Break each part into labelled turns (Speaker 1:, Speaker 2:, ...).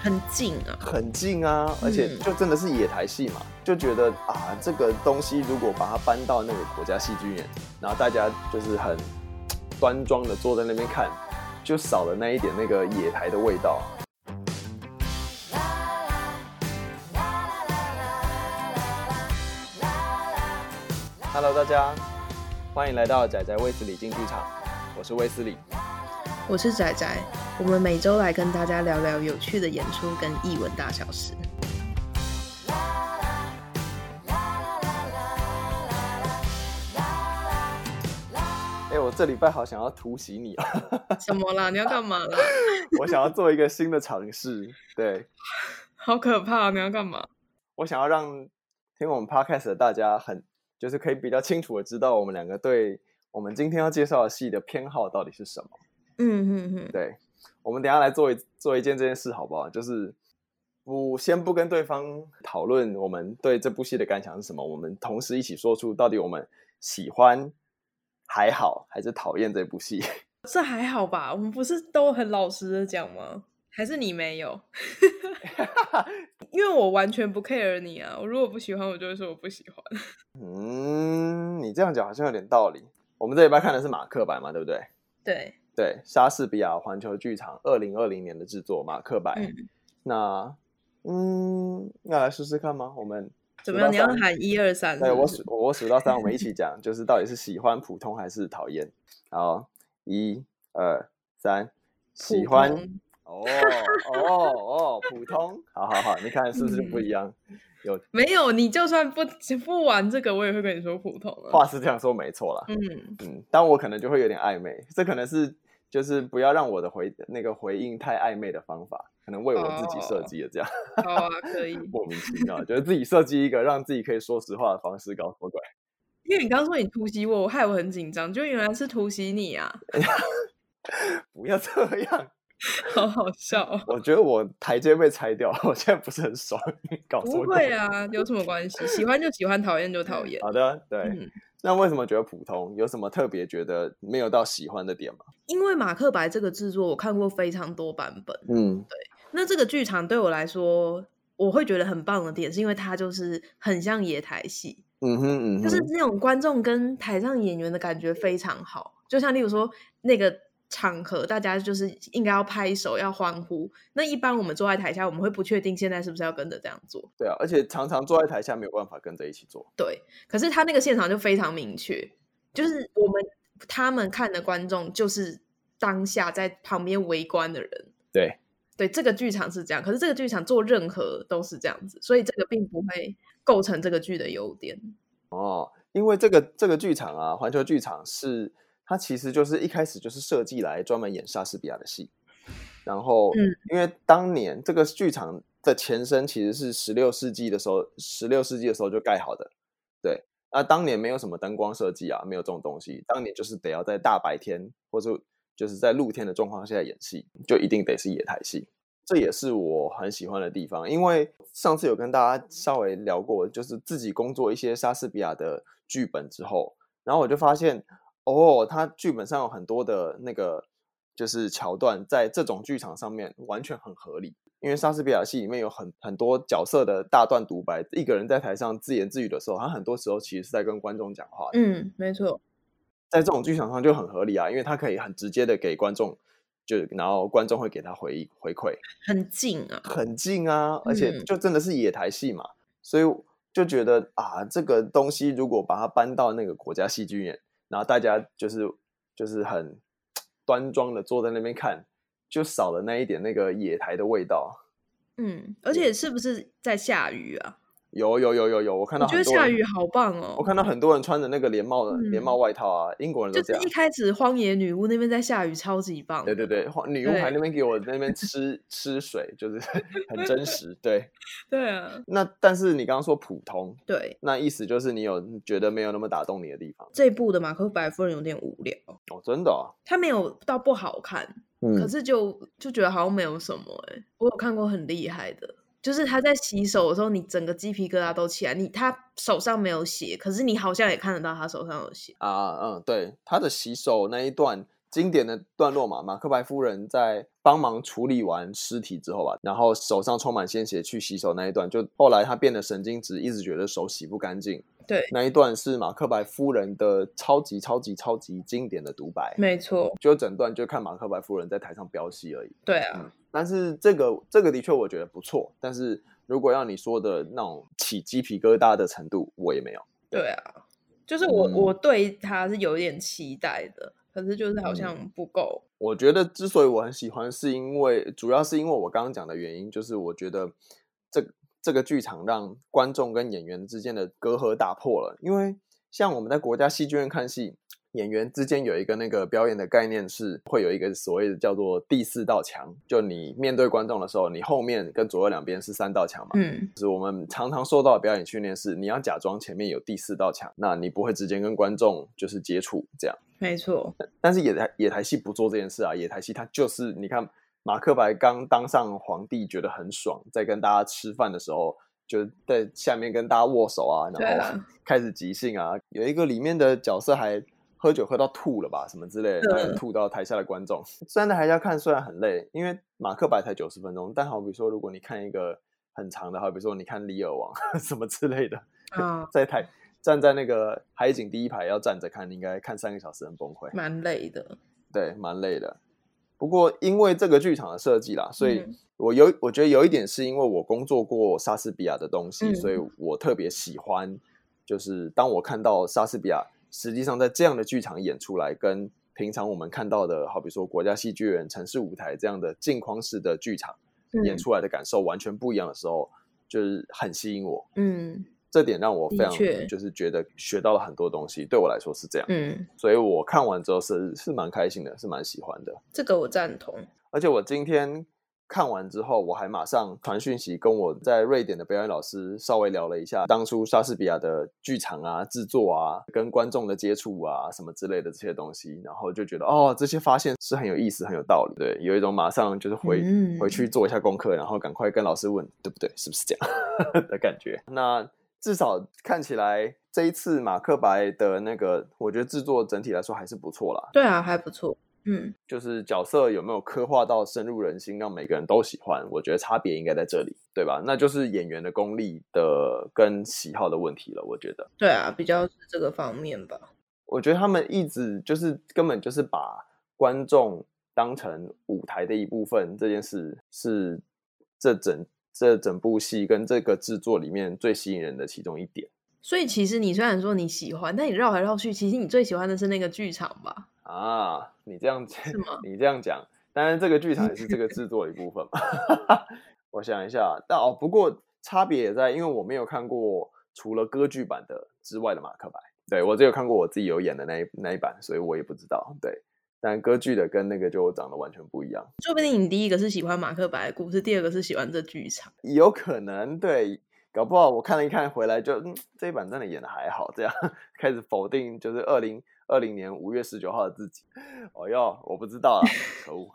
Speaker 1: 很近啊。
Speaker 2: 很近啊，而且就真的是野台戏嘛，就觉得啊，这个东西如果把它搬到那个国家戏剧院，然后大家就是很端庄的坐在那边看，就少了那一点那个野台的味道。Hello，大家，欢迎来到仔仔卫斯理进剧场，我是卫斯理。
Speaker 1: 我是仔仔，我们每周来跟大家聊聊有趣的演出跟艺文大小事。
Speaker 2: 哎、我这礼拜好想要突袭 你哦，
Speaker 1: 怎么啦？你要干嘛啦？
Speaker 2: 我想要做一个新的尝试，对。
Speaker 1: 好可怕！你要干嘛？
Speaker 2: 我想要让听我们 podcast 的大家很，就是可以比较清楚的知道我们两个对我们今天要介绍的戏的偏好到底是什么。
Speaker 1: 嗯哼哼，
Speaker 2: 对，我们等一下来做一做一件这件事，好不好？就是不先不跟对方讨论我们对这部戏的感想是什么，我们同时一起说出到底我们喜欢还好还是讨厌这部戏。
Speaker 1: 这还好吧？我们不是都很老实的讲吗？还是你没有？ 因为我完全不 care 你啊！我如果不喜欢，我就会说我不喜欢。
Speaker 2: 嗯，你这样讲好像有点道理。我们这礼拜看的是马克白嘛，对不对？
Speaker 1: 对，
Speaker 2: 对，莎士比亚环球剧场二零二零年的制作《马克白》
Speaker 1: 嗯
Speaker 2: 那嗯，要来试试看吗？我们
Speaker 1: 怎么样？你要
Speaker 2: 数到三
Speaker 1: 喊一二三？
Speaker 2: 对
Speaker 1: 是不
Speaker 2: 我
Speaker 1: 是
Speaker 2: 数我数到三，我们一起讲，就是到底是喜欢普通还是讨厌。好，一二三，喜
Speaker 1: 普
Speaker 2: 欢
Speaker 1: 通
Speaker 2: 哦哦哦，普通，好好好，你看是不是
Speaker 1: 嗯
Speaker 2: 不一样？
Speaker 1: 没有，你就算不不玩这个，我也会跟你说普通啊。
Speaker 2: 话是这样说没错啦，
Speaker 1: 嗯，
Speaker 2: 嗯，但我可能就会有点暧昧，这可能是就是不要让我的回那个回应太暧昧的方法，可能为我自己设
Speaker 1: 哦
Speaker 2: 计的这样。
Speaker 1: 好啊，可以。
Speaker 2: 莫名其妙，觉 得自己设计一个让自己可以说实话的方式搞什么鬼？
Speaker 1: 因为你刚刚说你突袭我，我害我很紧张，就原来是突袭你啊，
Speaker 2: 不要这样，
Speaker 1: 好好笑哦。
Speaker 2: 我觉得我台阶被拆掉， 我现在不是很爽，搞哦什
Speaker 1: 不
Speaker 2: 么
Speaker 1: 会
Speaker 2: 鬼？
Speaker 1: 啊，有什么关系？喜欢就喜欢，讨厌就讨厌。
Speaker 2: 好的，对。
Speaker 1: 嗯，
Speaker 2: 那为什么觉得普通？有什么特别觉得没有到喜欢的点吗？
Speaker 1: 因为马克白这个制作，我看过非常多版本。
Speaker 2: 嗯，
Speaker 1: 那这个剧场对我来说，我会觉得很棒的点，是因为它就是很像野台戏，
Speaker 2: 嗯哼嗯哼，
Speaker 1: 就是那种观众跟台上演员的感觉非常好。就像例如说那个场合，大家就是应该要拍手、要欢呼。那一般我们坐在台下，我们会不确定现在是不是要跟着这样做。
Speaker 2: 对啊，而且常常坐在台下没有办法跟着一起做。
Speaker 1: 对，可是他那个现场就非常明确，
Speaker 2: 嗯
Speaker 1: 就是我们他们看的观众就是当下在旁边围观的人。
Speaker 2: 对，
Speaker 1: 对，这个剧场是这样，可是这个剧场做任何都是这样子，所以这个并不会构成这个剧的优点。
Speaker 2: 哦因为这个这个剧场啊，环球剧场是它其实就是一开始就是设计来专门演莎士比亚的戏，然后，
Speaker 1: 嗯，
Speaker 2: 因为当年这个剧场的前身其实是十六世纪的时候，十六世纪的时候就盖好的，对。那当年没有什么灯光设计啊，没有这种东西，当年就是得要在大白天或者就是在露天的状况下演戏，就一定得是野台戏。这也是我很喜欢的地方，因为上次有跟大家稍微聊过，就是自己工作一些莎士比亚的剧本之后，然后我就发现，哦，它剧本上有很多的那个就是桥段，在这种剧场上面完全很合理。因为莎士比亚戏里面有很很多角色的大段独白，一个人在台上自言自语的时候，他很多时候其实是在跟观众讲话的。
Speaker 1: 嗯，没错，
Speaker 2: 在这种剧场上就很合理啊，因为他可以很直接的给观众，就然后观众会给他回应回馈。
Speaker 1: 很近啊。
Speaker 2: 很近啊，而且
Speaker 1: 嗯
Speaker 2: 就真的是野台戏嘛，所以就觉得啊，这个东西如果把它搬到那个国家戏剧院，然后大家就是就是很端庄的坐在那边看，就少了那一点那个野台的味道。
Speaker 1: 嗯，而且是不是在下雨啊？
Speaker 2: 有有有有有，我看
Speaker 1: 我
Speaker 2: 到
Speaker 1: 觉得
Speaker 2: 很多
Speaker 1: 下
Speaker 2: 人
Speaker 1: 雨好棒
Speaker 2: 我
Speaker 1: 哦，
Speaker 2: 看到很多人穿着那个连帽的、
Speaker 1: 嗯
Speaker 2: 连帽外套啊，英国人都
Speaker 1: 就
Speaker 2: 这
Speaker 1: 是
Speaker 2: 样
Speaker 1: 一。开始荒野女巫那边在下雨，超级棒。
Speaker 2: 对对对，女巫
Speaker 1: 对
Speaker 2: 还那边给我那边吃吃水，就是 很真实。 对，
Speaker 1: 对啊，
Speaker 2: 那但是你刚刚说普通，
Speaker 1: 对。
Speaker 2: 那意思就是你有觉得没有那么打动你的地方
Speaker 1: 这部的马克白夫人有点无聊，
Speaker 2: 哦，真的、哦，嗯
Speaker 1: 它没有到不好看，可，是就就觉得好像没有什么哎、我有看过很厉害的，就是他在洗手的时候，你整个鸡皮疙瘩都起来，你他手上没有血，可是你好像也看得到他手上有血。
Speaker 2: 啊，嗯，对，他的洗手那一段经典的段落嘛，马克白夫人在帮忙处理完尸体之后吧，然后手上充满鲜血去洗手那一段，就后来她变得神经质，一直觉得手洗不干净。
Speaker 1: 对，
Speaker 2: 那一段是马克白夫人的超级超级超级经典的独白，
Speaker 1: 没错，
Speaker 2: 就整段就看马克白夫人在台上飙戏而已。嗯
Speaker 1: 对啊，
Speaker 2: 但是这个这个的确我觉得不错，但是如果要你说的那种起鸡皮疙瘩的程度，我也没有。
Speaker 1: 对啊，就是我、
Speaker 2: 嗯
Speaker 1: 我对他是有一点期待的，可是就是好像不够。
Speaker 2: 我觉得之所以我很喜欢，是因为主要是因为我刚刚讲的原因，就是我觉得这这个剧场让观众跟演员之间的隔阂打破了。因为像我们在国家戏剧院看戏，演员之间有一个那个表演的概念是会有一个所谓的叫做第四道墙，就你面对观众的时候，你后面跟左右两边是三道墙嘛。
Speaker 1: 嗯，
Speaker 2: 就是我们常常受到的表演训练是，你要假装前面有第四道墙，那你不会直接跟观众就是接触这样。
Speaker 1: 没错，
Speaker 2: 但是野台野台戏不做这件事啊，野台戏它就是你看马克白刚当上皇帝，觉得很爽，在跟大家吃饭的时候，就在下面跟大家握手啊，
Speaker 1: 对
Speaker 2: 然后
Speaker 1: 啊
Speaker 2: 开始即兴啊，有一个里面的角色还。喝酒喝到吐了吧，什么之类的，
Speaker 1: 嗯
Speaker 2: 然后也吐到台下的观众。虽然在台下看虽然很累，因为马克白才九十分钟，但好比说，如果你看一个很长的，好比说你看《李尔王》 什么之类的，
Speaker 1: 啊，
Speaker 2: 在台站在那个海景第一排要站着看，应该看三个小时很崩溃。
Speaker 1: 蛮累的。
Speaker 2: 对，蛮累的。不过因为这个剧场的设计啦，所以
Speaker 1: 嗯
Speaker 2: 我有我觉得有一点是因为我工作过莎士比亚的东西，
Speaker 1: 嗯
Speaker 2: 所以我特别喜欢，就是当我看到莎士比亚实际上在这样的剧场演出来，跟平常我们看到的，好比说国家戏剧院、城市舞台这样的镜框式的剧场演
Speaker 1: 嗯
Speaker 2: 出来的感受完全不一样的时候，就是很吸引我。
Speaker 1: 嗯
Speaker 2: 这点让我非
Speaker 1: 的
Speaker 2: 常
Speaker 1: 确
Speaker 2: 就是觉得学到了很多东西，对我来说是这样，
Speaker 1: 嗯，
Speaker 2: 所以我看完之后是是蛮开心的，是蛮喜欢的。
Speaker 1: 这个我赞同。
Speaker 2: 而且我今天看完之后，我还马上传讯息跟我在瑞典的表演老师稍微聊了一下，当初莎士比亚的剧场啊、制作啊、跟观众的接触啊什么之类的这些东西，然后就觉得哦，这些发现是很有意思、很有道理。对，有一种马上就是回、
Speaker 1: 嗯
Speaker 2: 回去做一下功课，然后赶快跟老师问对不对，是不是这样 的感觉。那至少看起来这一次马克白的那个，我觉得制作整体来说还是不错啦。
Speaker 1: 对啊，还不错。嗯，
Speaker 2: 就是角色有没有刻画到深入人心，让每个人都喜欢，我觉得差别应该在这里，对吧？那就是演员的功力的跟喜好的问题了。我觉得，
Speaker 1: 对啊，比较是这个方面吧。
Speaker 2: 我觉得他们一直就是根本就是把观众当成舞台的一部分，这件事是这整这整部戏跟这个制作里面最吸引人的其中一点
Speaker 1: 所以其实你虽然说你喜欢，但你绕来绕去，其实你最喜欢的是那个剧场吧？
Speaker 2: 啊！你这样
Speaker 1: 吗
Speaker 2: 你这样讲，当然这个剧场也是这个制作的一部分嘛。 我想一下，但哦，不过差别也在，因为我没有看过除了歌剧版的之外的马克白，对我只有看过我自己有演的那一那一版，所以我也不知道。对，但歌剧的跟那个就长得完全不一样，
Speaker 1: 说不定你第一个是喜欢马克白的故事，第二个是喜欢这剧场。
Speaker 2: 有可能对，搞不好我看了一看回来就，嗯，这一版真的演的还好，这样 开始否定就是二零二零年五月十九号的自己。哦哟，我不知道啊，可恶。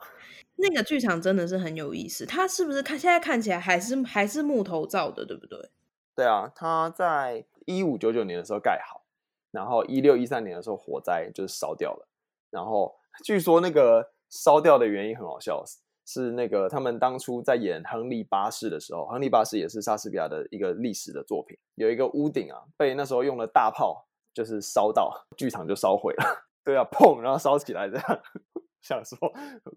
Speaker 1: 那个剧场真的是很有意思，它是不是看现在看起来还是还是木头造的，对不对？
Speaker 2: 对啊，它在一五九九年的时候盖好，然后一六一三年的时候火灾就是烧掉了，然后据说那个烧掉的原因很好笑，是那个他们当初在演《亨利八世》的时候，亨利八世也是莎士比亚的一个历史的作品，有一个屋顶啊被那时候用的大炮就是烧到，剧场就烧毁了， 对啊，砰，然后烧起来这样。 想说，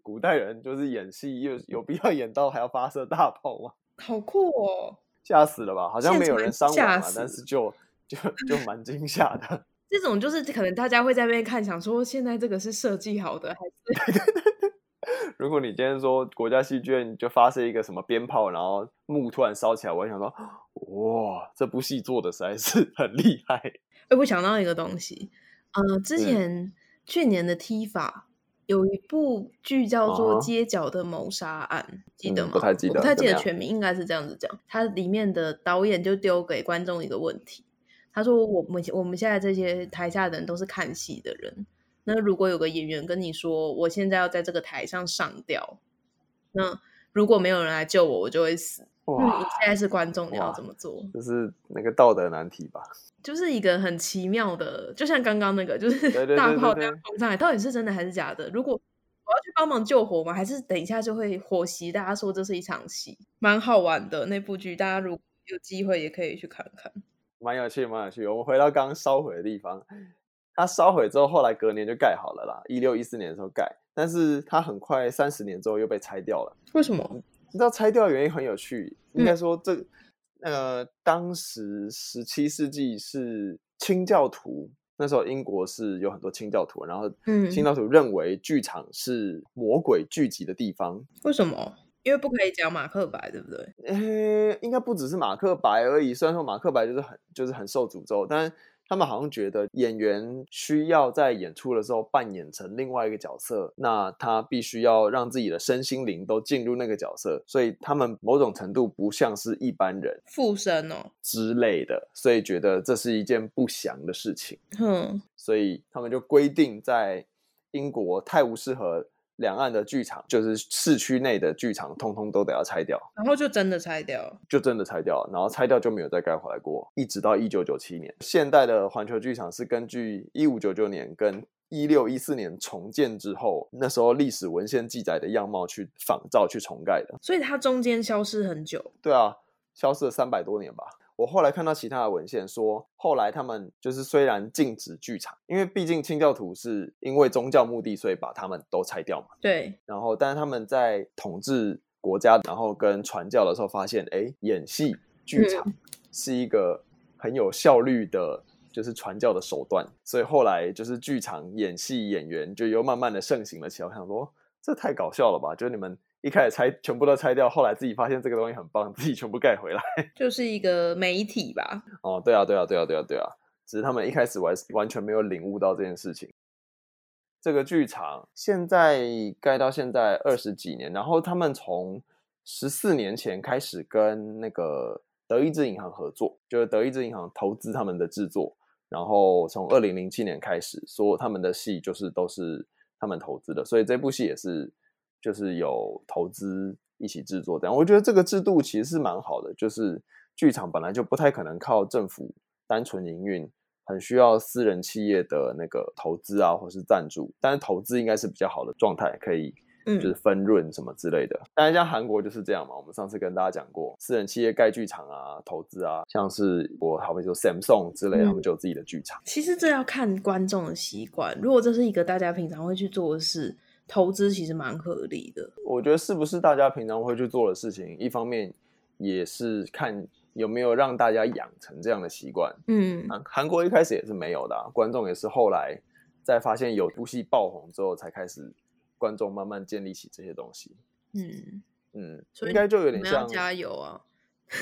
Speaker 2: 古代人就是演戏，有有必要演到还要发射大炮吗？
Speaker 1: 好酷哦！
Speaker 2: 吓死了吧？好像
Speaker 1: 现
Speaker 2: 没有
Speaker 1: 场
Speaker 2: 人伤亡
Speaker 1: 吓
Speaker 2: 啊，但
Speaker 1: 死
Speaker 2: 是就就就蛮惊吓的。
Speaker 1: 这种就是可能大家会在那边看，想说现在这个是设计好的，还
Speaker 2: 如果你今天说国家戏剧院就发射一个什么鞭炮，然后幕突然烧起来，我会想说，哇，这部戏做的实在是 很厉害。
Speaker 1: 是……哎，我想到一个东西，呃，之
Speaker 2: 嗯
Speaker 1: 前、去年的 T 法有一部剧叫做
Speaker 2: 啊哈
Speaker 1: 《街角的谋杀案》，记得
Speaker 2: 嗯
Speaker 1: 吗？
Speaker 2: 不太记
Speaker 1: 我
Speaker 2: 得
Speaker 1: 不太
Speaker 2: 怎
Speaker 1: 记
Speaker 2: 么
Speaker 1: 得
Speaker 2: 样
Speaker 1: 全名，应该是这样子讲。它里面的导演就丢给观众一个问题，他说：“我们我们现在这些台下的人都是看戏的人，那如果有个演员跟你说我现在要在这个台上上吊，那如果没有人来救我，我就会死。嗯，
Speaker 2: 哇
Speaker 1: 你，现在是观众，你要
Speaker 2: 哇
Speaker 1: 怎么做？
Speaker 2: 这是那个道德难题吧？
Speaker 1: 就是一个很奇妙的，就像刚刚那个，就
Speaker 2: 对
Speaker 1: 是
Speaker 2: 对
Speaker 1: 大
Speaker 2: 对对
Speaker 1: 炮这
Speaker 2: 对
Speaker 1: 样冲上来，到底是真的还是假的？如果我要去帮忙救火吗？还是等一下就会火袭？大家说这是一场戏，蛮好玩的那部剧，大家如果有机会也可以去看看。
Speaker 2: 蛮有趣，蛮有趣。我们回到刚刚烧毁的地方，它烧毁之后，后来隔年就盖好了啦，一六一四年的时候盖，但是它很快三十年之后又被拆掉了。
Speaker 1: 为什么？
Speaker 2: 你知道拆掉的原因很有趣，应
Speaker 1: 嗯
Speaker 2: 该说这、呃，当时十七世纪是清教徒，那时候英国是有很多清教徒，然后
Speaker 1: 嗯
Speaker 2: 清教徒认为剧场是魔鬼聚集的地方，
Speaker 1: 为什么？因为不可以讲马克白，对不对？
Speaker 2: 呃，应该不只是马克白而已。虽然说马克白就是很就是很受诅咒，但他们好像觉得演员需要在演出的时候扮演成另外一个角色，那他必须要让自己的身心灵都进入那个角色，所以他们某种程度不像是一般人
Speaker 1: 附身哦，
Speaker 2: 之类的，所以觉得这是一件不祥的事情，
Speaker 1: 哼，
Speaker 2: 所以他们就规定在英国泰晤士河两岸的剧场，就是市区内的剧场，通通都得要拆掉。
Speaker 1: 然后就真的拆掉了。
Speaker 2: 就真的拆掉了，然后拆掉就没有再盖回来过，一直到一九九七年。现代的环球剧场是根据一五九九年跟一六一四年重建之后，那时候历史文献记载的样貌去仿照去重盖的。
Speaker 1: 所以它中间消失很久。
Speaker 2: 对啊，消失了三百多年吧。我后来看到其他的文献说，后来他们就是虽然禁止剧场，因为毕竟清教徒是因为宗教目的，所以把他们都拆掉嘛。
Speaker 1: 对，
Speaker 2: 然后，但是他们在统治国家，然后跟传教的时候，发现，哎，演戏、剧场是一个很有效率的，就是传教的手段。所以后来就是剧场、演戏、演员就又慢慢的盛行了起来。我想说，这太搞笑了吧！就是你们一开始拆全部都拆掉，后来自己发现这个东西很棒，自己全部盖回来。
Speaker 1: 就是一个媒体吧。
Speaker 2: 哦，对啊，对啊，对啊，对啊，对啊，只是他们一开始完完全没有领悟到这件事情。这个剧场现在盖到现在二十几年，然后他们从十四年前开始跟那个德意志银行合作，就是德意志银行投资他们的制作，然后从二零零七年开始，所有他们的戏就是都是他们投资的，所以这部戏也是就是有投资一起制作这样。我觉得这个制度其实是蛮好的，就是剧场本来就不太可能靠政府单纯营运，很需要私人企业的那个投资啊，或是赞助。但是投资应该是比较好的状态，可以
Speaker 1: 嗯
Speaker 2: 就是分润什么之类的。但是像韩国就是这样嘛，我们上次跟大家讲过，私人企业盖剧场啊、投资啊，像是我好比说 Samsung 之类，他们就有自己的剧场。
Speaker 1: 其实这要看观众的习惯。如果这是一个大家平常会去做的事，投资其实蛮合理的。
Speaker 2: 我觉得是不是大家平常会去做的事情，一方面也是看有没有让大家养成这样的习惯。
Speaker 1: 嗯，
Speaker 2: 韩韩国一开始也是没有的啊、观众也是后来在发现有部戏爆红之后，才开始观众慢慢建立起这些东西。
Speaker 1: 嗯，
Speaker 2: 嗯，
Speaker 1: 所以
Speaker 2: 应该就有
Speaker 1: 我
Speaker 2: 点
Speaker 1: 们要
Speaker 2: 像
Speaker 1: 加油啊！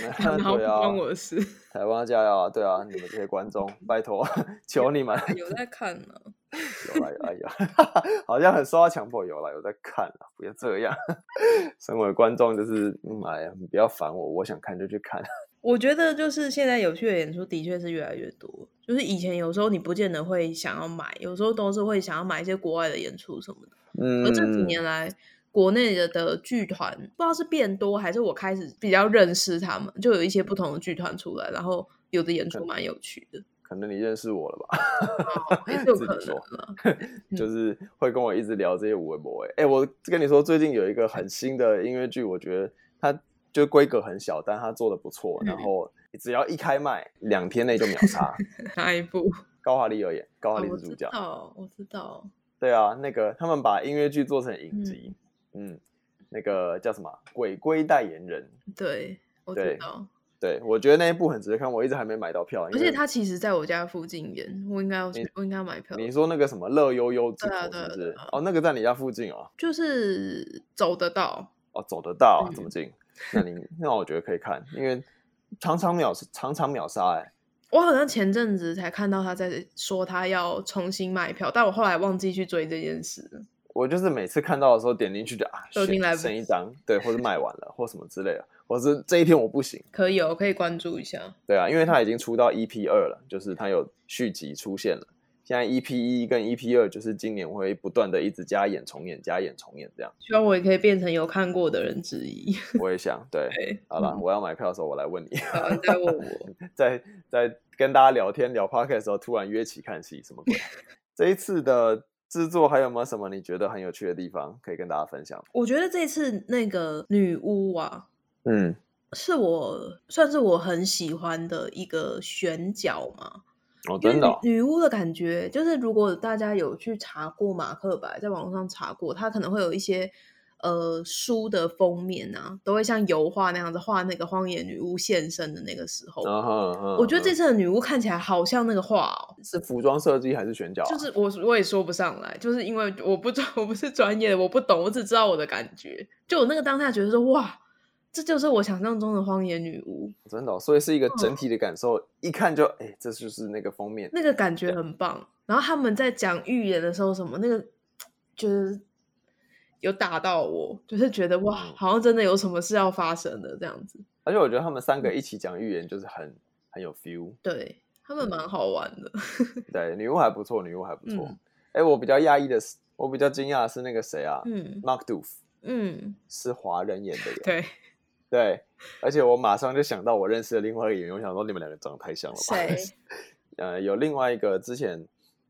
Speaker 1: 然后不
Speaker 2: 对
Speaker 1: 关
Speaker 2: 啊，
Speaker 1: 我的事，
Speaker 2: 台湾加油啊！对啊，你们这些观众，拜托， 求你们
Speaker 1: 有在看啊呢、
Speaker 2: 有啦有啦有 啦，好像很受到强迫，有啦有在看啦，不要这样。 身为观众就是，嗯，哎呀，你不要烦我，我想看就去看。
Speaker 1: 我觉得就是现在有趣的演出的确是越来越多，就是以前有时候你不见得会想要买，有时候都是会想要买一些国外的演出什么的。
Speaker 2: 嗯，
Speaker 1: 而这几年来，国内的的剧团不知道是变多，还是我开始比较认识他们，就有一些不同的剧团出来，然后有的演出蛮有趣的，
Speaker 2: 嗯可能你认识我了 吧？
Speaker 1: 也是有
Speaker 2: 自己
Speaker 1: 可能
Speaker 2: 说
Speaker 1: 了。嗯
Speaker 2: 就是会跟我一直聊这些无为博哎，哎，我跟你说，最近有一个很新的音乐剧，我觉得它就规格很小，但它做的不错，然
Speaker 1: 嗯
Speaker 2: 后只要一开卖，两天内就秒杀。
Speaker 1: 哪一部？
Speaker 2: 高华丽有演，高华
Speaker 1: 哦
Speaker 2: 丽
Speaker 1: 我
Speaker 2: 是
Speaker 1: 知
Speaker 2: 主角，
Speaker 1: 道，我知道，
Speaker 2: 对啊，那个他们把音乐剧做成影
Speaker 1: 嗯
Speaker 2: 集，嗯，那个叫什么啊《鬼鬼代言人》，
Speaker 1: 对，我知
Speaker 2: 对
Speaker 1: 道。
Speaker 2: 对我觉得那一部很值得看，我一直还没买到票，因
Speaker 1: 而且
Speaker 2: 为
Speaker 1: 他其实在我家附近演，我应该要去，我应该要买票。
Speaker 2: 你说那个什么乐悠悠之
Speaker 1: 对啊
Speaker 2: 口
Speaker 1: 对
Speaker 2: 是
Speaker 1: 啊
Speaker 2: 不
Speaker 1: 对
Speaker 2: 是
Speaker 1: 啊？
Speaker 2: 哦，那个在你家附近哦，
Speaker 1: 就是走得到，
Speaker 2: 哦，走得到啊
Speaker 1: 嗯
Speaker 2: 这么近，那你那我觉得可以看，因为常常秒常常秒杀哎，
Speaker 1: 我好像前阵子才看到他在说他要重新买票，但我后来忘记去追这件事了。
Speaker 2: 我就是每次看到的时候点进去就啊，
Speaker 1: 都已经
Speaker 2: shit，
Speaker 1: 来不
Speaker 2: 剩一张，对，或是卖完了或什么之类的，或是这一天我不行，
Speaker 1: 可以哦，可以关注一下。
Speaker 2: E 对啊，因为它已经出到 EP 二了，就是它有续集出现了，现现在 EP 一跟 EP 二就是今年会不断的一直加演重演加演重演 这样。
Speaker 1: 希望我也可以变成有看过的人之一。
Speaker 2: 我也想，对，
Speaker 1: 对，嗯
Speaker 2: 好了，我要买票的时候我来问你，
Speaker 1: 好你再问我。
Speaker 2: 在在跟大家聊天聊 p o c k e t 的时候突然约起看戏，什 么鬼？这一次的制作还有没有什么你觉得很有趣的地方可以跟大家分享？
Speaker 1: 我觉得这次那个女巫啊，
Speaker 2: 嗯，
Speaker 1: 是我算是我很喜欢的一个选角嘛。
Speaker 2: 哦，
Speaker 1: 因为
Speaker 2: 真的哦、
Speaker 1: 女女巫的感觉，就是如果大家有去查过马克白，在网络上查过，它可能会有一些呃书的封面啊，都会像油画那样子画那个荒野女巫现身的那个时候。
Speaker 2: 嗯哼嗯
Speaker 1: 我觉得这
Speaker 2: 哼
Speaker 1: 次的女巫看起来好像那个画哦，
Speaker 2: 是服装设计还是选角啊、
Speaker 1: 就是我我也说不上来，就是因为我不知我不是专业的，我不懂，我只知道我的感觉。就我那个当下觉得说，哇，这就是我想象中的荒野女巫，
Speaker 2: 真的哦、所以是一个整
Speaker 1: 嗯
Speaker 2: 体的感受，一看就哎，这就是那个封面。
Speaker 1: 那个感觉很棒。然后他们在讲预言的时候，什么那个就是有打到我，就是觉得哇，
Speaker 2: 嗯
Speaker 1: 好像真的有什么事要发生了这样子。
Speaker 2: 而且我觉得他们三
Speaker 1: 嗯
Speaker 2: 个一起讲预言就是很很有 feel。
Speaker 1: 对他们蛮好玩的，
Speaker 2: 对，女巫还不错，女巫还不错
Speaker 1: 嗯。
Speaker 2: 哎、我比较讶异的是，我比较惊讶的是那个谁啊、
Speaker 1: 嗯
Speaker 2: m a r k d o u f
Speaker 1: 嗯，
Speaker 2: 是华人演的耶。
Speaker 1: 对，
Speaker 2: 对而且我马上就想到我认识的另外一个演员，我想说你们两个长得太像了吧？
Speaker 1: 谁？
Speaker 2: 呃，有另外一个之前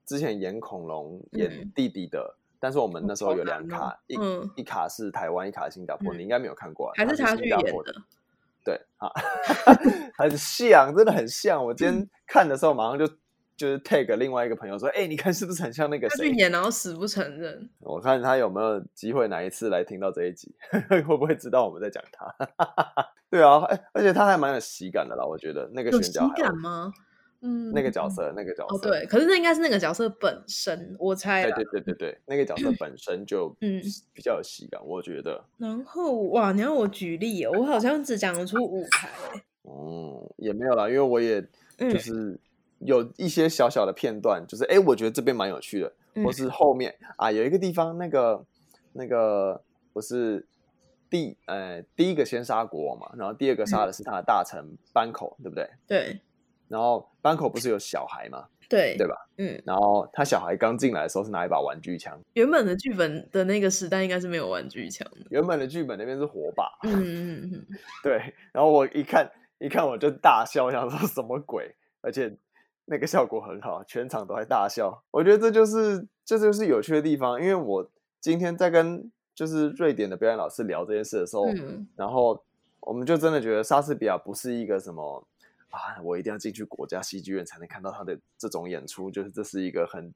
Speaker 2: 之前演恐龙演
Speaker 1: 嗯
Speaker 2: 弟弟的，但是我们那时候有两
Speaker 1: 好难
Speaker 2: 卡，一、
Speaker 1: 嗯
Speaker 2: 一卡是台湾，一卡是新加坡，
Speaker 1: 嗯
Speaker 2: 你应该没有看过啊，
Speaker 1: 还是他
Speaker 2: 他
Speaker 1: 去
Speaker 2: 新加
Speaker 1: 演
Speaker 2: 坡
Speaker 1: 的？
Speaker 2: 对啊，很像，真的很像。我今
Speaker 1: 嗯
Speaker 2: 天看的时候，马上就就是 tag 另外一个朋友说：“哎、你看是不是很像那个
Speaker 1: 他去
Speaker 2: 谁
Speaker 1: 演，然后死不承认。？”
Speaker 2: 我看他有没有机会哪一次来听到这一集， 会不会知道我们在讲他？ 对啊，哎、而且他还蛮有喜感的啦，我觉得那个
Speaker 1: 有
Speaker 2: 选
Speaker 1: 喜
Speaker 2: 角还
Speaker 1: 感吗？嗯，
Speaker 2: 那个角色，那个角
Speaker 1: 哦，
Speaker 2: 色，
Speaker 1: 对，可是那应该是那个角色本身，我猜
Speaker 2: 对
Speaker 1: 啦。
Speaker 2: 对对对对，那个角色本身就
Speaker 1: 嗯
Speaker 2: 比较有喜感，我觉得，
Speaker 1: 然后哇，你要我举例哦，我好像只讲得出舞台欸。
Speaker 2: 嗯，也没有啦，因为我也就
Speaker 1: 嗯
Speaker 2: 是有一些小小的片段，就是哎、我觉得这边蛮有趣的，
Speaker 1: 嗯
Speaker 2: 或是后面啊有一个地方那个那个不是第呃第一个先杀国王嘛，然后第二个杀的是他的大臣班口，对不对？
Speaker 1: 对
Speaker 2: 然后班口不是有小孩嘛，
Speaker 1: 对
Speaker 2: 对吧？
Speaker 1: 嗯，
Speaker 2: 然后他小孩刚进来的时候是拿一把玩具枪，
Speaker 1: 原本的剧本的那个时代应该是没有玩具枪的。
Speaker 2: 原本的剧本那边是火把，
Speaker 1: 嗯嗯嗯嗯，
Speaker 2: 对，然后我一看一看我就大笑，我想说什么鬼？而且那个效果很好，全场都在大笑。我觉得这就是这就是有趣的地方，因为我今天在跟就是瑞典的表演老师聊这件事的时候，
Speaker 1: 嗯
Speaker 2: 然后我们就真的觉得莎士比亚不是一个什么啊，我一定要进去国家戏剧院才能看到他的这种演出，就是这是一个很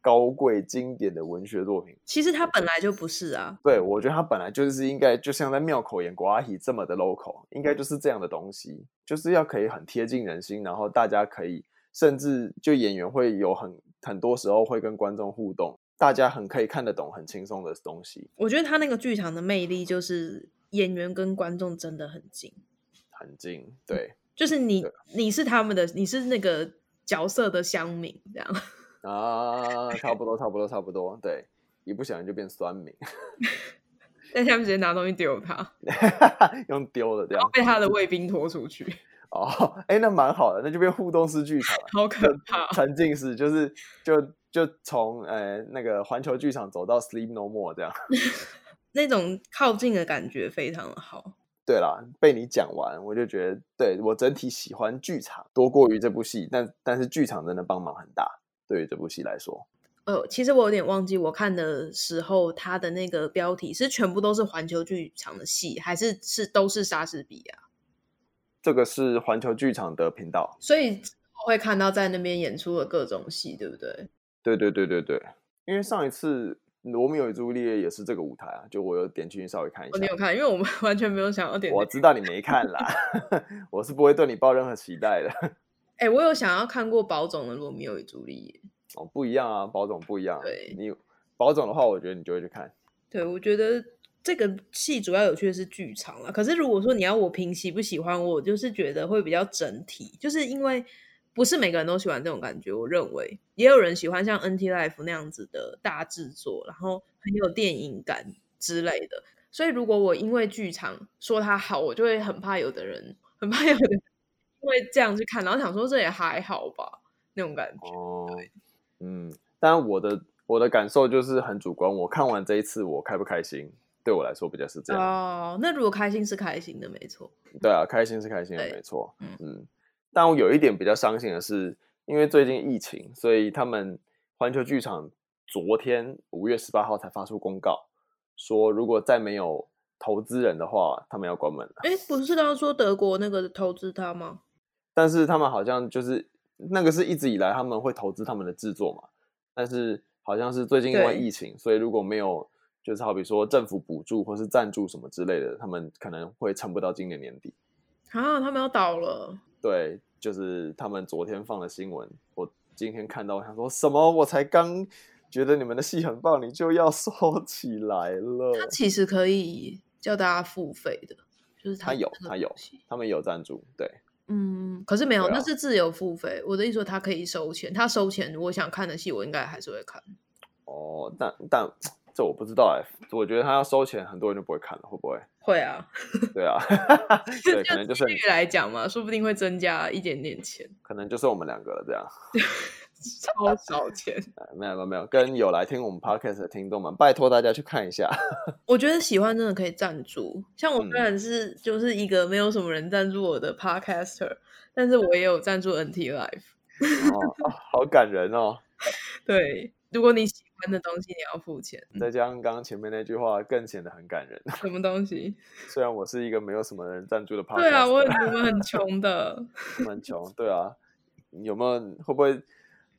Speaker 2: 高贵经典的文学作品。
Speaker 1: 其实他本来就不是啊。
Speaker 2: 对，我觉得他本来就是应该，就像在庙口演国阿姨这么的 local，应该就是这样的东西，就是要可以很贴近人心，然后大家可以，甚至就演员会有很很多时候会跟观众互动，大家很可以看得懂很轻松的东西，
Speaker 1: 我觉得他那个剧场的魅力就是演员跟观众真的很近，
Speaker 2: 很近，对
Speaker 1: 就是你
Speaker 2: 对
Speaker 1: 你是他们的，你是那个角色的乡民这样。
Speaker 2: 啊，差不多，差不多，差不多，对，一不小心就变酸民，
Speaker 1: 但下面直接拿东西丢他，
Speaker 2: 用丢的这
Speaker 1: 然后
Speaker 2: 样，
Speaker 1: 被他的卫兵拖出去，
Speaker 2: 哦，哎，那蛮好的，那就变互动式剧场了。
Speaker 1: 好可怕！哦
Speaker 2: 沉浸式，就是就就从呃那个环球剧场走到 Sleep No More 这样。
Speaker 1: 那种靠近的感觉非常的好。
Speaker 2: 对啦，被你讲完，我就觉得对我整体喜欢剧场多过于这部戏，但但是剧场真的帮忙很大，对于这部戏来说，
Speaker 1: 呃，其实我有点忘记我看的时候，它的那个标题是全部都是环球剧场的戏，还是是都是莎士比亚？
Speaker 2: 这个是环球剧场的频道。
Speaker 1: 所以之后会看到在那边演出的各种戏，对不对？
Speaker 2: 对对对对对，因为上一次《罗密欧与朱丽叶》也是这个舞台啊，就我有点进去稍微看一
Speaker 1: 我没哦
Speaker 2: 下。
Speaker 1: 有看，因为我们 完全没有想要点那
Speaker 2: 我
Speaker 1: 个。
Speaker 2: 知道你没看啦， 我是不会对你抱任何期待的。
Speaker 1: 哎，我有想要看过宝总的《罗密欧与朱丽叶》，
Speaker 2: 哦，不一样啊，宝总不一样。
Speaker 1: 对
Speaker 2: 你宝总的话，我觉得你就会去看。
Speaker 1: 对我觉得这个戏主要有趣的是剧场了。可是如果说你要我评喜不喜欢，我就是觉得会比较整体，就是因为不是每个人都喜欢这种感觉。我认为也有人喜欢像 NT Life 那样子的大制作，然后很有电影感之类的。所以如果我因为剧场说它好，我就会很怕有的人，很怕有的人因为这样去看，然后想说这也还好吧那种感觉。
Speaker 2: 哦，嗯，但我的我的感受就是很主观，我看完这一次我开不开心，对我来说比较是这样。
Speaker 1: 哦，那如果开心是开心的，没错。
Speaker 2: 对啊，开心是开心的，
Speaker 1: 对
Speaker 2: 没错
Speaker 1: 嗯。
Speaker 2: 嗯，但我有一点比较伤心的是，因为最近疫情，所以他们环球剧场昨天五月十八号才发出公告，说如果再没有投资人的话，他们要关门了。
Speaker 1: 哎，不是刚刚说德国那个投资他吗？
Speaker 2: 但是他们好像就是那个是一直以来他们会投资他们的制作嘛，但是好像是最近因为
Speaker 1: 对
Speaker 2: 疫情，所以如果没有就是好比说政府补助或是赞助什么之类的，他们可能会撑不到今年年底。
Speaker 1: 啊，他们要倒了。
Speaker 2: 对，就是他们昨天放的新闻，我今天看到，我想说什么？我才刚觉得你们的戏很棒，你就要 收起来了。
Speaker 1: 它其实可以叫大家付费的，就是
Speaker 2: 它
Speaker 1: 们
Speaker 2: 有
Speaker 1: 那个
Speaker 2: 它
Speaker 1: 东
Speaker 2: 有
Speaker 1: 西
Speaker 2: 他们有赞助，对，
Speaker 1: 嗯，可是没有，
Speaker 2: 对啊
Speaker 1: 那是自由付费。我的意思说，它可以收钱，它收钱，我想看的戏我应该还是会看。
Speaker 2: 哦，但但这我不知道哎、我觉得他要收钱，很多人就不会看了，会不会？
Speaker 1: 会啊，
Speaker 2: 对啊，对，可能就是
Speaker 1: 几率来讲嘛，说不定会增加一点点钱，
Speaker 2: 可能就是我们两个了这样。
Speaker 1: 超少钱。
Speaker 2: 呃没有没有没有，跟有来听我们 podcast 的听众们，拜托大家去看一下。
Speaker 1: 我觉得喜欢真的可以赞助，像我
Speaker 2: 嗯
Speaker 1: 虽然是就是一个没有什么人赞助我的 podcaster，但是我也有赞助 NT Life。
Speaker 2: 哦，哦好感人哦。
Speaker 1: 对，如果你喜欢的东西，你要付钱。
Speaker 2: 再加上刚刚前面那句话，更显得很感人。
Speaker 1: 什么东西？
Speaker 2: 虽然我是一个没有什么人赞助的 podcast，
Speaker 1: 对啊，我很我们很穷的。
Speaker 2: 蛮穷，对啊，有没有会不会？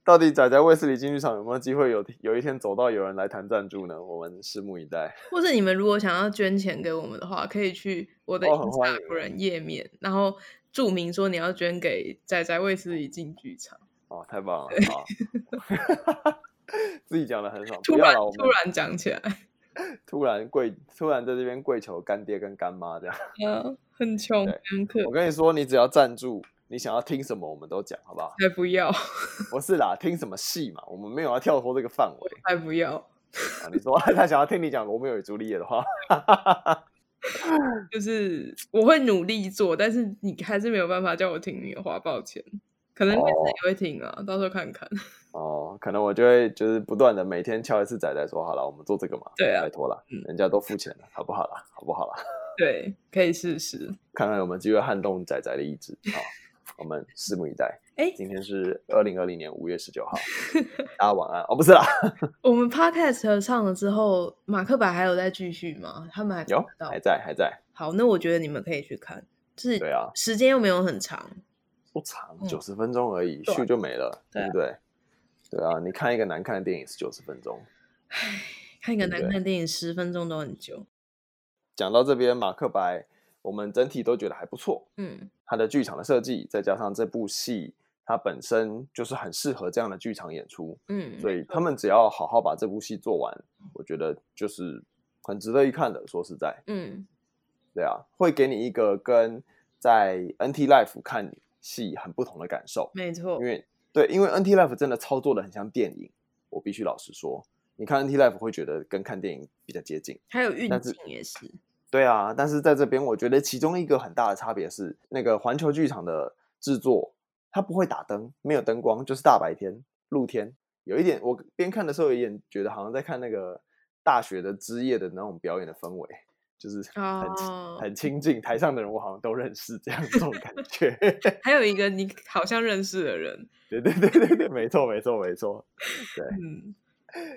Speaker 2: 到底仔仔卫斯理竞技场有没有机会有有一天走到有人来谈赞助呢？我们拭目以待。
Speaker 1: 或者你们如果想要捐钱给我们的话，可以去我的
Speaker 2: 哦很欢迎
Speaker 1: Instagram 页面，然后注明说你要捐给仔仔卫斯理进剧场。
Speaker 2: 哦，太棒了！好， 自己讲的很爽，
Speaker 1: 突
Speaker 2: 不要
Speaker 1: 然
Speaker 2: 了，我
Speaker 1: 突
Speaker 2: 们
Speaker 1: 然讲起来，
Speaker 2: 突然跪，突然在这边跪求干爹跟干妈这样。
Speaker 1: 嗯，很穷，
Speaker 2: 对
Speaker 1: 很可
Speaker 2: 我跟你说，你只要赞助，你想要听什么我们都讲，好不好？
Speaker 1: 才不要，
Speaker 2: 不是啦，听什么戏嘛，我们没有要跳脱这个范围。
Speaker 1: 才不要，
Speaker 2: 啊、你说 他想要听你讲《罗密欧与朱丽叶》的话，
Speaker 1: 就是我会努力做，但是你还是没有办法叫我听你的话，抱歉。可能卫斯理会听啊，到时候看 看。
Speaker 2: 哦，可能我就会就是不断的每天敲一次仔仔说好了，我们做这个嘛，
Speaker 1: 对啊
Speaker 2: 拜托啦
Speaker 1: 嗯，
Speaker 2: 人家都付钱了，好不好啦，好不好啦，
Speaker 1: 对，可以试试。
Speaker 2: 看看有没有机会撼动仔仔的意志，好，我们拭目以待。
Speaker 1: 哎，
Speaker 2: 今天是二零二零年五月十九号，大家晚安哦，不是啦，
Speaker 1: 我们 podcast 上了之后，马克白还有在继续吗？他们还
Speaker 2: 有
Speaker 1: 看得到
Speaker 2: 还在还在，
Speaker 1: 好，那我觉得你们可以去看，就是
Speaker 2: 对啊
Speaker 1: 时间又没有很长，
Speaker 2: 不长，
Speaker 1: 嗯
Speaker 2: 九十分钟而已，
Speaker 1: 对啊
Speaker 2: 续就没了，
Speaker 1: 对
Speaker 2: 对
Speaker 1: 啊
Speaker 2: 不对？对啊，你看一个难看的电影是九十分钟。
Speaker 1: 看一个
Speaker 2: 对
Speaker 1: 难
Speaker 2: 对
Speaker 1: 看的电影十分钟都很久。
Speaker 2: 讲到这边，马克白，我们整体都觉得还不错，
Speaker 1: 嗯，
Speaker 2: 它的剧场的设计，再加上这部戏它本身就是很适合这样的剧场演出，
Speaker 1: 嗯，
Speaker 2: 所以他们只要好好把这部戏做完，我觉得就是很值得一看的。说实在，
Speaker 1: 嗯，
Speaker 2: 对啊，会给你一个跟在 NT Life 看戏很不同的感受，
Speaker 1: 没错
Speaker 2: 因，为对，因为 NT Life 真的操作的很像电影，我必须老实说，你看 NT Life 会觉得跟看电影比较接近。
Speaker 1: 还有运
Speaker 2: 但
Speaker 1: 镜
Speaker 2: 是
Speaker 1: 也是，
Speaker 2: 对啊，但是在这边，我觉得其中一个很大的差别是，那个环球剧场的制作，它不会打灯，没有灯光，就是大白天、露天。有一点，我边看的时候有一点觉得好像在看那个大学的之夜的那种表演的氛围，就是很、
Speaker 1: 哦
Speaker 2: 很亲近，台上的人我好像都认识，这样这种感觉。
Speaker 1: 还有一个你好像认识的人，
Speaker 2: 对对对对对，没错没错没错。
Speaker 1: 嗯，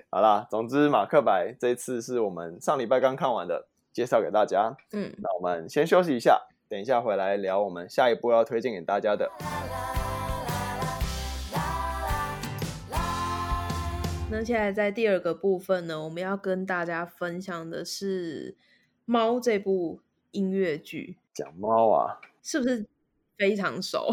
Speaker 2: 好啦，总之马克白这次是我们上礼拜刚看完的，介绍给大家。
Speaker 1: 嗯，
Speaker 2: 那我们先休息一下，等一下回来聊我们下一步要推荐给大家的。
Speaker 1: 那现在在第二个部分呢，我们要跟大家分享的是《猫》这部音乐剧，
Speaker 2: 讲猫啊，
Speaker 1: 是不是非常熟？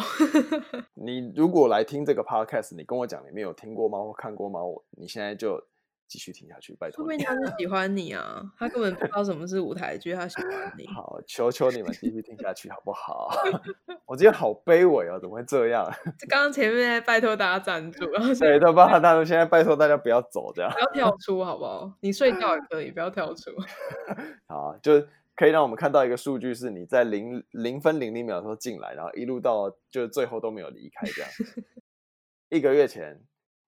Speaker 2: 你如果来听这个 podcast，你跟我讲你没有听过猫或看过猫，我你现在就继续听下去，拜
Speaker 1: 说
Speaker 2: 托
Speaker 1: 不定
Speaker 2: 你。
Speaker 1: 他就喜 欢你啊，他根本不知道什么是舞台剧，他喜 欢你。
Speaker 2: 好，求求你们继续听下去好不好？ 我今天好卑微哦，怎么会这样？
Speaker 1: 这 刚刚前面在拜托大家赞助，然后现在
Speaker 2: 对，他爸大家现在拜托大家不要走这样。
Speaker 1: 不要跳出好不好？你睡觉也可以，不要跳 出。
Speaker 2: 好，就可以让我们看到一个数据，是你在零零分零零秒的时候进来，然后一路到就是最后都没有离开这样。一个月前，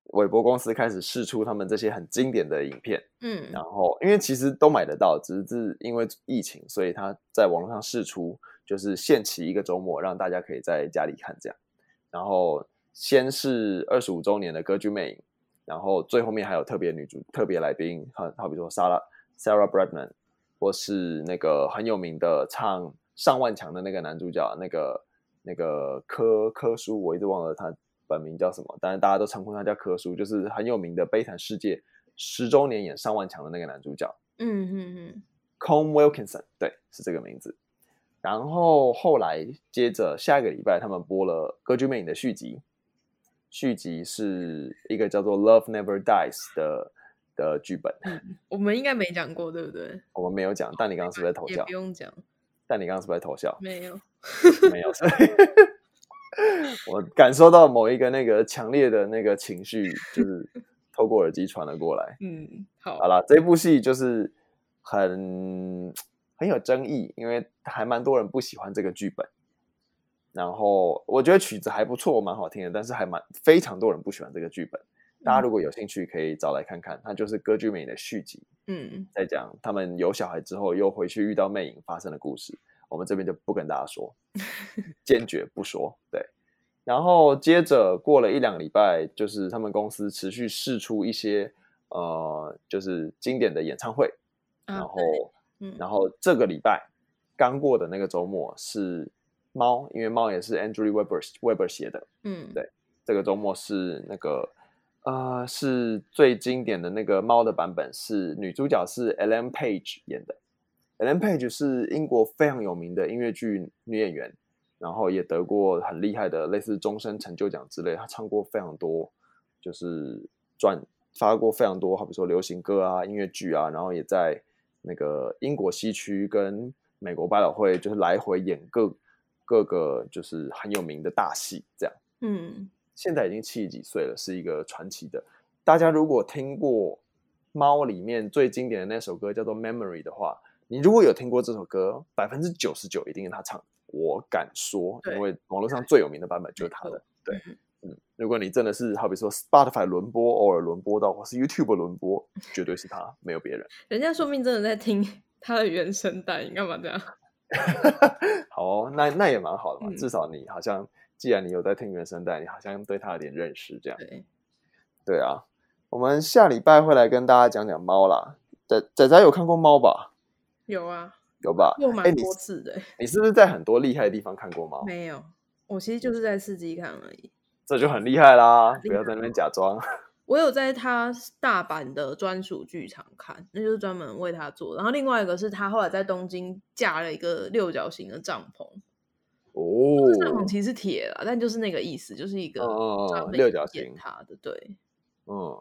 Speaker 2: 韦伯公司开始试出他们这些很经典的影片，
Speaker 1: 嗯
Speaker 2: 然后因为其实都买得到，只是因为疫情，所以他在网络上试出，就是限期一个周末，让大家可以在家里看这样。然后先是二十五周年的歌剧魅影，然后最后面还有特别女主、特别来宾，好好比说莎拉 Sarah Bradman，或是那个很有名的唱《上万强》的那个男主角，那个那个柯柯叔，我一直忘了他本名叫什么，但是大家都称呼他叫柯叔，就是很有名的《悲惨世界》十周年演《上万强》的那个男主角
Speaker 1: 嗯嗯
Speaker 2: c o m Wilkinson，对，是这个名字。然后后来接着下一个礼拜，他们播了《歌剧魅影》的续集，续集是一个叫做《Love Never Dies 的》的剧本，
Speaker 1: 嗯，我们应该没讲过，对不对？
Speaker 2: 我们没有讲，但你刚刚是不是在偷
Speaker 1: 也
Speaker 2: 笑
Speaker 1: 不？用讲，
Speaker 2: 但你刚刚是不是在偷笑？
Speaker 1: 没 有，
Speaker 2: 没有，所以我感受到某一个那个强烈的那个情绪，就是透过耳机传了过来。
Speaker 1: 嗯，好，
Speaker 2: 好啦，这部戏就是很很有争议，因为还蛮多人不喜欢这个剧本。然后我觉得曲子还不错，蛮好听的，但是还蛮非常多人不喜欢这个剧本。大家如果有兴趣，可以找来看看，它就是《歌剧魅影》的续集，
Speaker 1: 嗯，
Speaker 2: 在讲他们有小孩之后又回去遇到魅影发生的故事。我们这边就不跟大 家说，坚决不说。对，然后接着过了一两个礼拜，就是他们公司持续试出一些呃，就是经典的演唱会，
Speaker 1: 啊
Speaker 2: 然后
Speaker 1: 对嗯
Speaker 2: 然后这个礼拜刚过的那个周末是猫，因为猫也是 Andrew Webber Webber 写的。
Speaker 1: 嗯
Speaker 2: 对这个周末是那个呃，是最经典的那个猫的版本，是女主角是 Ellen Page 演的。Ellen Page 是英国非常有名的音乐剧女演员，然后也得过很厉害的类似终身成就奖之类。她唱过非常多，就是转发过非常多，好比说流行歌啊、音乐剧啊，然后也在那个英国西区跟美国百老汇就是来回演各各个就是很有名的大戏这样。
Speaker 1: 嗯
Speaker 2: 现在已经七十几岁了，是一个传奇的。大家如果听过《猫》里面最经典的那首歌叫做《Memory》的话，你如果有听过这首歌，百分之九十九一定是他唱的。我敢说，
Speaker 1: 对
Speaker 2: 因为网络上最有名的版本就是他
Speaker 1: 没
Speaker 2: 的。对，嗯，如果你真的是好比说 Spotify 轮播，偶尔轮播到，或是 YouTube 轮播，绝对是他，没有别人。
Speaker 1: 人家说不定真的在听 他的原声带，你干嘛这样？
Speaker 2: 好哦，那那也蛮好的嘛，
Speaker 1: 嗯
Speaker 2: 至少你好像，既然你有在听原声带，你好像对他有点认识这样。
Speaker 1: 对，
Speaker 2: 对啊，我们下礼拜会来跟大家讲讲猫啦。仔仔仔有看过猫吧？
Speaker 1: 有啊，
Speaker 2: 有吧？
Speaker 1: 又
Speaker 2: 哎
Speaker 1: 蛮
Speaker 2: 你
Speaker 1: 多次的欸、
Speaker 2: 你是不哦是在很多厉害的地方看过猫？
Speaker 1: 没有，我其实就是在刺激看而已。
Speaker 2: 这就很厉害啦！
Speaker 1: 厉
Speaker 2: 不要在那边假装。
Speaker 1: 我有在他大阪的专属剧场看，那就是专门为他做。然后另外一个是他后来在东京架了一个六角形的帐篷，
Speaker 2: 哦
Speaker 1: 这帐篷其实是铁啦，但就是那个意思，就是一个
Speaker 2: 嗯嗯嗯
Speaker 1: 专门
Speaker 2: 六角
Speaker 1: 演
Speaker 2: 形
Speaker 1: 他的。对，
Speaker 2: 嗯，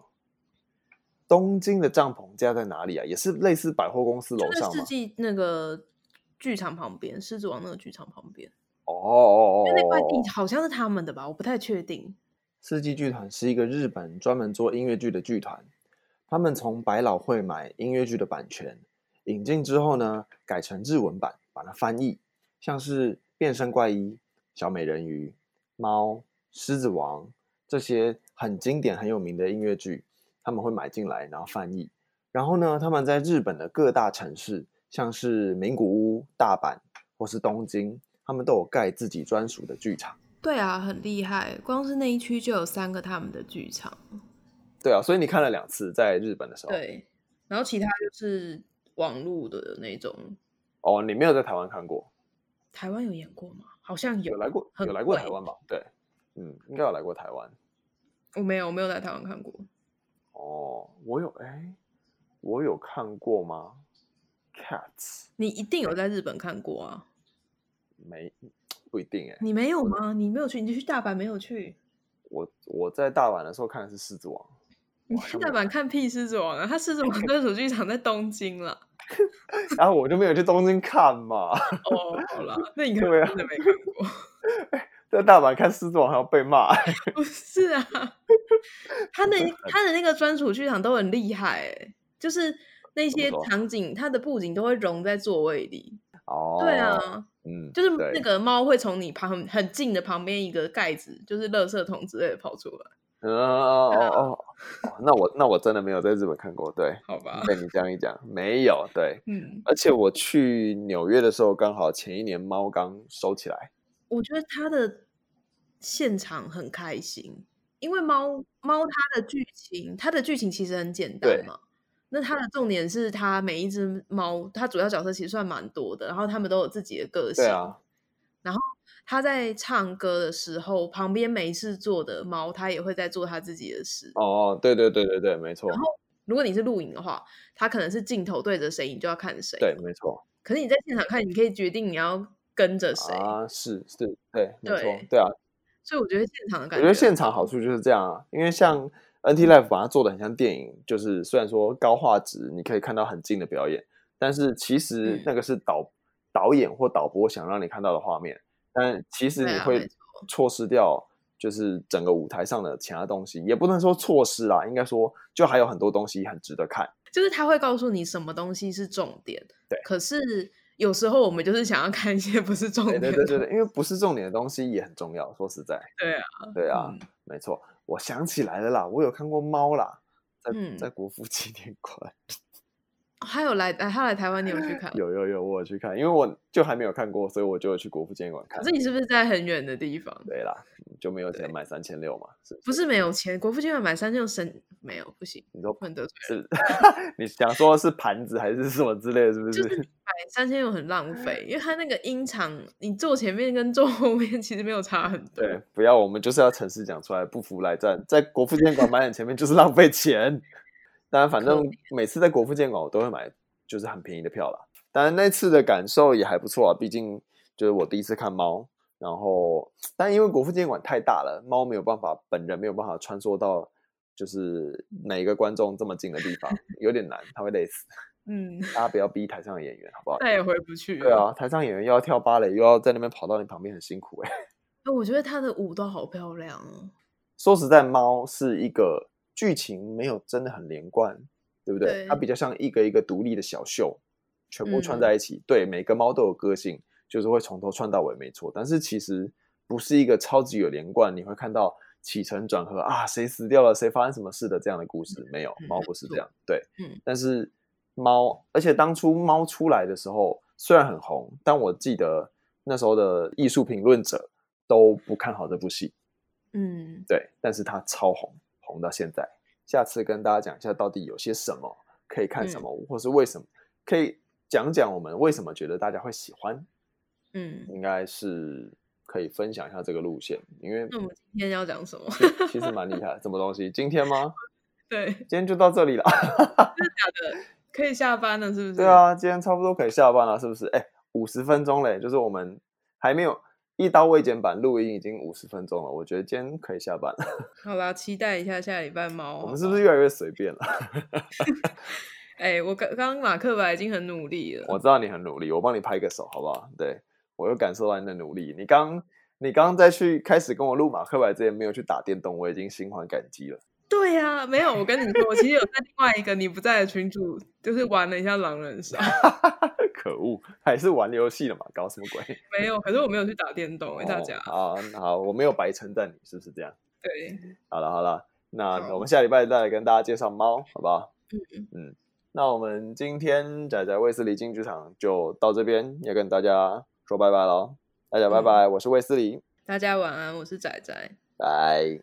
Speaker 2: 东京的帐篷家在哪里啊？也是类似百货公司楼
Speaker 1: 就在
Speaker 2: 上
Speaker 1: 世
Speaker 2: 吗？
Speaker 1: 纪那个剧场旁边，狮子王那个剧场旁边，
Speaker 2: 哦哦哦
Speaker 1: 因为那块
Speaker 2: 哦！
Speaker 1: 地好像是他们的吧，我不太确定。
Speaker 2: 世纪剧团是一个日本专门做音乐剧的剧团，他们从百老汇买音乐剧的版权，引进之后呢，改成日文版，把它翻译，像是《变身怪医》《小美人鱼》《猫》《狮子王》这些很经典、很有名的音乐剧，他们会买进来，然后翻译。然后呢，他们在日本的各大城市，像是名古屋、大阪或是东京，他们都有盖自己专属的剧场。
Speaker 1: 对啊，很厉害，光是那一区就有三个他们的剧场。
Speaker 2: 对啊，所以你看了两次，在日本的时候。
Speaker 1: 对，然后其他就是网络的那种。
Speaker 2: 哦，你没有在台湾看过，
Speaker 1: 台湾有演过吗？好像有
Speaker 2: 有来过，
Speaker 1: 很
Speaker 2: 有来过台
Speaker 1: 贵
Speaker 2: 湾吧？对，嗯，应该有来过台湾。
Speaker 1: 我没有，我没有在台湾看过。
Speaker 2: 哦，我有，哎，我有看过吗？Cats
Speaker 1: 你一定有在日本看过啊？
Speaker 2: 没，不一定哎。
Speaker 1: 你没有吗？你没有去，你去大阪没有去？
Speaker 2: 我我在大阪的时候看的是《狮子王
Speaker 1: 你
Speaker 2: 好
Speaker 1: 去
Speaker 2: 像
Speaker 1: 大
Speaker 2: 没有
Speaker 1: 阪看屁狮子王啊？他狮子 王专属剧场在东京了。》，
Speaker 2: 然后我就没有去东京看嘛，
Speaker 1: 哦，好啦，那你可能
Speaker 2: 对啊
Speaker 1: 真的没看过。
Speaker 2: 在大阪看《狮子王》还要被骂。
Speaker 1: 不是 啊，他的他的那个专属剧场都很厉害、欸，就是那些
Speaker 2: 说
Speaker 1: 场景，它的布景都会融在座位里。
Speaker 2: 哦，
Speaker 1: 对，啊，
Speaker 2: 嗯，
Speaker 1: 就是
Speaker 2: 对
Speaker 1: 那个猫会从你旁很近的旁边一个盖子，就是垃圾桶之类的跑出来。
Speaker 2: 嗯哦
Speaker 1: 啊
Speaker 2: 哦哦哦，那我那我真的没有在日本看过，对，
Speaker 1: 好吧，
Speaker 2: 被你这样一讲，没有，对，
Speaker 1: 嗯，
Speaker 2: 而且我去纽约的时候，刚好前一年猫刚收起来，
Speaker 1: 我觉得他的现场很开心，因为猫猫它的剧情，它的剧情其实很简
Speaker 2: 对
Speaker 1: 单嘛。那它的重点是它每一只猫，它主要角色其实算蛮多的，然后它们都有自己的个性。
Speaker 2: 对啊，
Speaker 1: 它在唱歌的时候，旁边没事做的猫，它也会在做它自己的事。
Speaker 2: 哦，对对对对对，没错，
Speaker 1: 如果你是录影的话，它可能是镜头对着谁，你就要看谁。
Speaker 2: 对，没错，
Speaker 1: 可是你在现场看，你可以决定你要跟着谁。
Speaker 2: 啊，是是，对，没错
Speaker 1: 对，
Speaker 2: 对啊，
Speaker 1: 所以我觉得现场的
Speaker 2: 我
Speaker 1: 感
Speaker 2: 觉得现
Speaker 1: 很
Speaker 2: 场
Speaker 1: 好
Speaker 2: 好处就是这样啊，因为像 NT Life 把它做的很像电影，就是虽然说高画质，你可以看到很近的表演，但是其实
Speaker 1: 嗯
Speaker 2: 那个是导、导演或导播想让你看到的画面，但其实
Speaker 1: 对
Speaker 2: 你
Speaker 1: 啊没
Speaker 2: 会
Speaker 1: 错
Speaker 2: 错失掉就是整个舞台上的其他东西，也不能说错失啦，应该说就还有很多东西很值得看。
Speaker 1: 就是他会告诉你什么东西是重点，
Speaker 2: 对
Speaker 1: 可是有时候我们就是想要看一些不是重
Speaker 2: 对
Speaker 1: 点的，
Speaker 2: 对对对对，因为不是重点的东西也很重要，说实在，
Speaker 1: 对啊，
Speaker 2: 对啊，
Speaker 1: 嗯
Speaker 2: 没错，我想起来了啦，我有看过猫啦，在、
Speaker 1: 嗯
Speaker 2: 在国父纪念馆。
Speaker 1: 哦他有来，他来台湾，你有去看？
Speaker 2: 有有有，我有去看，因为我就还没有看过，所以我就有去国父纪念馆看
Speaker 1: 可是。你是不是在很远的地方？
Speaker 2: 对啦，就没有钱
Speaker 1: 对
Speaker 2: 买三千六嘛？是
Speaker 1: 不是没有钱，国父纪念馆买三千神没有不行，
Speaker 2: 你说
Speaker 1: 不能得罪人。
Speaker 2: 是？ 你想说是盘子还是什么之类的？是不是？
Speaker 1: 就是买三千又很浪费，因为他那个音场，你坐前面跟坐后面 其实没有差很多。
Speaker 2: 对，不要，我们就是要诚实讲出来，不服来战。在国父纪念馆买很前面就是浪费钱。当然，反
Speaker 1: 可
Speaker 2: 正每次在国父纪念馆我都会买，就是很便宜的票啦。当然那次的感受也还不错啊，毕竟就是我第一次看猫。然后，但因为国父纪念馆太大了，猫没有办法，本人没有办法穿梭到就是每一个观众这么近的地方，有点难，他会累死。
Speaker 1: 嗯，
Speaker 2: 大家不要逼台上的演员，好不好？
Speaker 1: 再也回不去。
Speaker 2: 对，啊，台上演员又要跳芭蕾，又要在那边跑到你旁边，很辛苦哎、
Speaker 1: 哎，我觉得他的舞都好漂亮哦。
Speaker 2: 说实在，猫是一个剧情没有真的很连贯，对不对？
Speaker 1: 对
Speaker 2: 它比较像一个一个独立的小秀，全部
Speaker 1: 嗯
Speaker 2: 串在一起。对，每个猫都有个性，就是会从头串到尾，没错。但是其实不是一个超级有连贯，你会看到起承转合啊，谁死掉了，谁发生什么事的这样的故事，没有
Speaker 1: 嗯。
Speaker 2: 猫
Speaker 1: 没
Speaker 2: 不是这
Speaker 1: 错
Speaker 2: 样，对。
Speaker 1: 嗯
Speaker 2: 但是猫，而且当初猫出来的时候虽然很红，但我记得那时候的艺术评论者都不看好这部戏。
Speaker 1: 嗯，
Speaker 2: 对，但是它超红，红到现在。下次跟大家讲一下到底有些什么可以看什
Speaker 1: 嗯
Speaker 2: 么，或是为什么可以讲讲我们为什么觉得大家会喜欢，
Speaker 1: 嗯，
Speaker 2: 应该是可以分享一下这个路线，因为
Speaker 1: 那我们今天要讲什么？
Speaker 2: 其其实蛮厉害的。什么东西？今天吗？
Speaker 1: 对，
Speaker 2: 今天就到这里了。
Speaker 1: 可以下班了，是不是？
Speaker 2: 对，啊，今天差不多可以下班了，是不是？哎，五十分钟嘞，就是我们还没有一刀未剪版录音已经五十分钟了，我觉得今天可以下班了。
Speaker 1: 好啦，期待一下下礼拜猫。
Speaker 2: 我
Speaker 1: 好
Speaker 2: 们是不
Speaker 1: 吧
Speaker 2: 是？越来越随便了？
Speaker 1: 哎、我刚刚马克白已经很努力了。
Speaker 2: 我知道你很努力，我帮你拍个手，好不好？对我有感受到你的努力。你刚你刚在去开始跟我录马克白之前，没有去打电动，我已经心怀感激了。
Speaker 1: 对呀、没有，我跟你说，我其实有在另外一个你不在的群组，就是玩了一下狼人 杀，
Speaker 2: 可恶，还是玩游戏了嘛？搞什么 鬼？
Speaker 1: 没有，可是我没有去打电动、哎，大
Speaker 2: 哦
Speaker 1: 家。
Speaker 2: 好好，我没有白称赞你，是不是这样？
Speaker 1: 对，
Speaker 2: 好了好了，那
Speaker 1: 好
Speaker 2: 我们下礼拜再来跟大家介绍猫，好不好？嗯嗯。那我们今天仔仔卫斯理进剧场就到这边，要跟大家说拜拜喽，大家拜
Speaker 1: 嗯
Speaker 2: 拜，我是卫斯理，
Speaker 1: 大家晚安，我是仔仔。
Speaker 2: 拜。